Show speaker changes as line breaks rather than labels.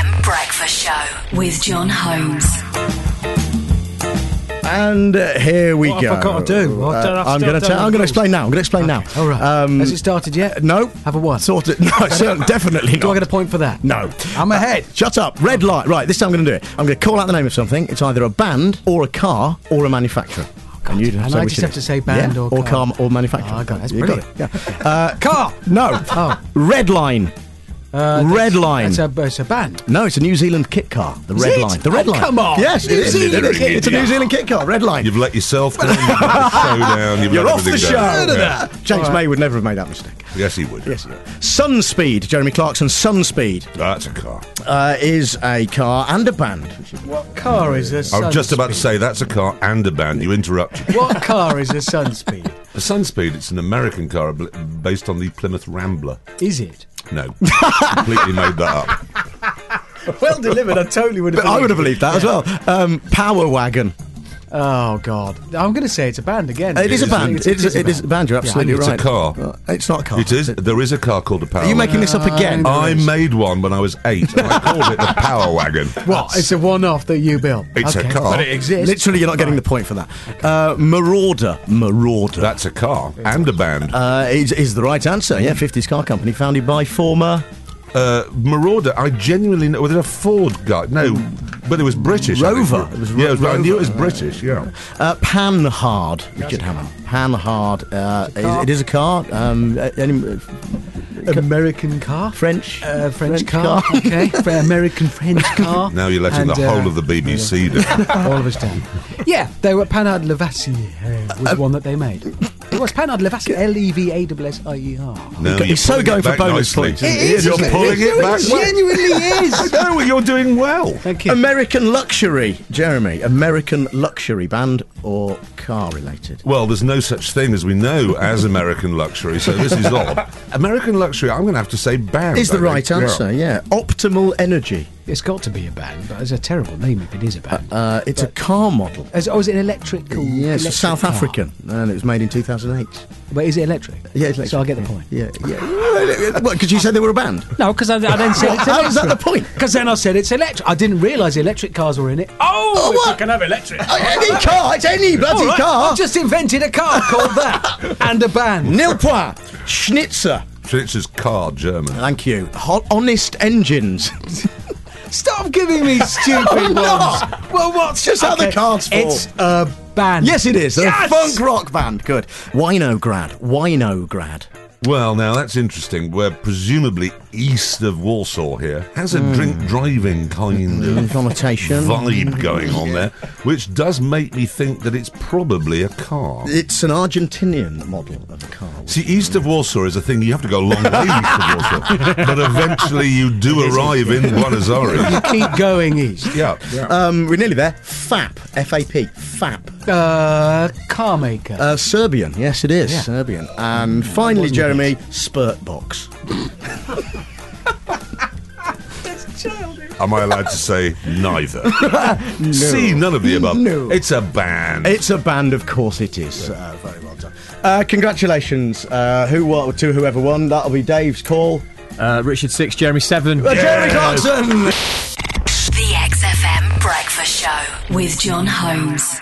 Alpha Show with John Holmes.
And uh, here we
What
go. Uh,
have I gotta do? I don't- I've
I'm
still
going to
done the
I'm going to
rules.
explain now. I'm going to explain now.
All right.
Um,
Has it started yet?
no.
Have a one.
Sort of. No, certainly, definitely not.
Do I get a point for that?
No. Uh,
I'm ahead.
Shut up. Red light. Right, this time I'm going to do it. I'm going to call out the name of something. It's either a band or a car or a manufacturer. and you
Oh, And I just have to say band or car.
or manufacturer.
Oh, I got it. That's
you got it.
brilliant.
Yeah. Uh,
Car.
no.
Oh.
Red line. red line.
It's a, it's a band.
No, it's a New Zealand kit car. The red
it?
line. The red
Oh,
line.
come on.
Yes, it
New
is.
Zealand
It is.
kit
It's a New Zealand kit car. Red line.
You've let yourself down. You've let the show down. You've
You're
let
off the
everything
show.
down.
Heard of
Yeah.
James May would never have made that mistake.
Yes, he would. Yes,
Sunspeed, Jeremy Clarkson. Sunspeed
That's a car.
uh, is a car and a band.
What car is a
I
sun
was just about to say that's a car and a band. You interrupted.
What car is a Sunspeed?
The Sunspeed. It's an American car bl- based on the Plymouth Rambler.
Is it?
No, completely made that up.
Well delivered. I totally would have.
But I would have
believed
believed that as well. Um, Power Wagon.
it. Oh God! I'm going to say it's a band again.
It is a
is
band. It is, it is a band. You're absolutely
It's a
right.
car.
Uh, It's not a car.
It is. There is a car called a Power.
Are you making
Wagon.
this up again?
I made one when I was eight. And I called it the Power Wagon.
What? It's a one-off that you built.
It's a
Okay.
car.
but it exists.
Literally, you're not getting the point for that. Uh, Marauder. Marauder.
That's a car and a band.
uh, is, is the right answer. Yeah, 50s car company founded by former.
Uh, Marauder, I genuinely know. Was it a Ford guy? No, but it was British. I think.
Rover. It was
yeah, it was, I knew it was
Rover.
British. Yeah.
Uh, Panhard, Richard Hammond. Panhard. Uh, is, it is a car. Um, uh, any,
American car.
French.
Uh, French, car. Okay. For American French car.
Now you're letting
And,
the
uh,
whole of the BBC down.
all of us down. Yeah, they were Panhard Levassier uh, was one that they made. It was Panhard Levassier. L e v a w s i e r.
No,
He's
you're
so
pulling
going
it
for
back
bonus
nicely.
points, isn't
It is,
You're
isn't it?
pulling it
No,
back.
it genuinely is.
I know you're doing well.
Thank you.
American luxury, Jeremy. American luxury band or car related?
Well, there's no such thing as we know as American luxury, so this is odd. American luxury, I'm going to have to say band.
Is the
I
right
think.
answer? Yeah. Optimal energy.
It's got to be a band, but it's a terrible name if it is a band.
Uh, it's a car model.
Is- oh, is it an electrical?
Yes,
electric
South
car?
African, and it was made in 2008.
But is it electric?
Yeah, it's
So I get the point.
Yeah, yeah. what? Because you said they were a band.
No, because I, I then said it's
How is that the point?
Because then I said it's electric. I didn't realise electric cars were in it. Oh,
Oh,
if
what?
we can have electric.
Uh, any car, it's any bloody
Oh, All right,
car.
I just invented a car called that and a band.
Nilpois, Schnitzer.
Schnitzer's car, German.
Thank you. Ho- honest engines.
Stop giving me
I'm
stupid ones.
not.
Well, what's
Just how the cards fall.
It's a band.
yes, it is. They're
Yes!
A funk rock band. Good. Winograd. Winograd.
Well, now that's interesting. We're presumably east of Warsaw here. Has
Hmm.
a drink driving kind of
Connotation.
vibe going on there, which does make me think that it's probably a car.
It's an Argentinian model of a car.
See, east of Warsaw is a thing you have to go a long way east of Warsaw, but eventually you do arrive in Buenos Aires.
Keep going east.
Yeah.
Um, we're nearly there. FAP. F A P. FAP.
Uh, car maker.
Uh, Serbian. Yes, it is.
Yeah.
Serbian. And finally,
Wasn't
Jeremy, Spurt Box.
Am I allowed to say neither? See, none of the above.
No.
It's a band.
It's a band, of course it is. Uh, very well done. Uh, congratulations uh, who, what, to whoever won. That'll be Dave's call.
Uh, Richard six, Jeremy seven.
Uh, Jeremy Clarkson!
The XFM Breakfast Show with John Holmes.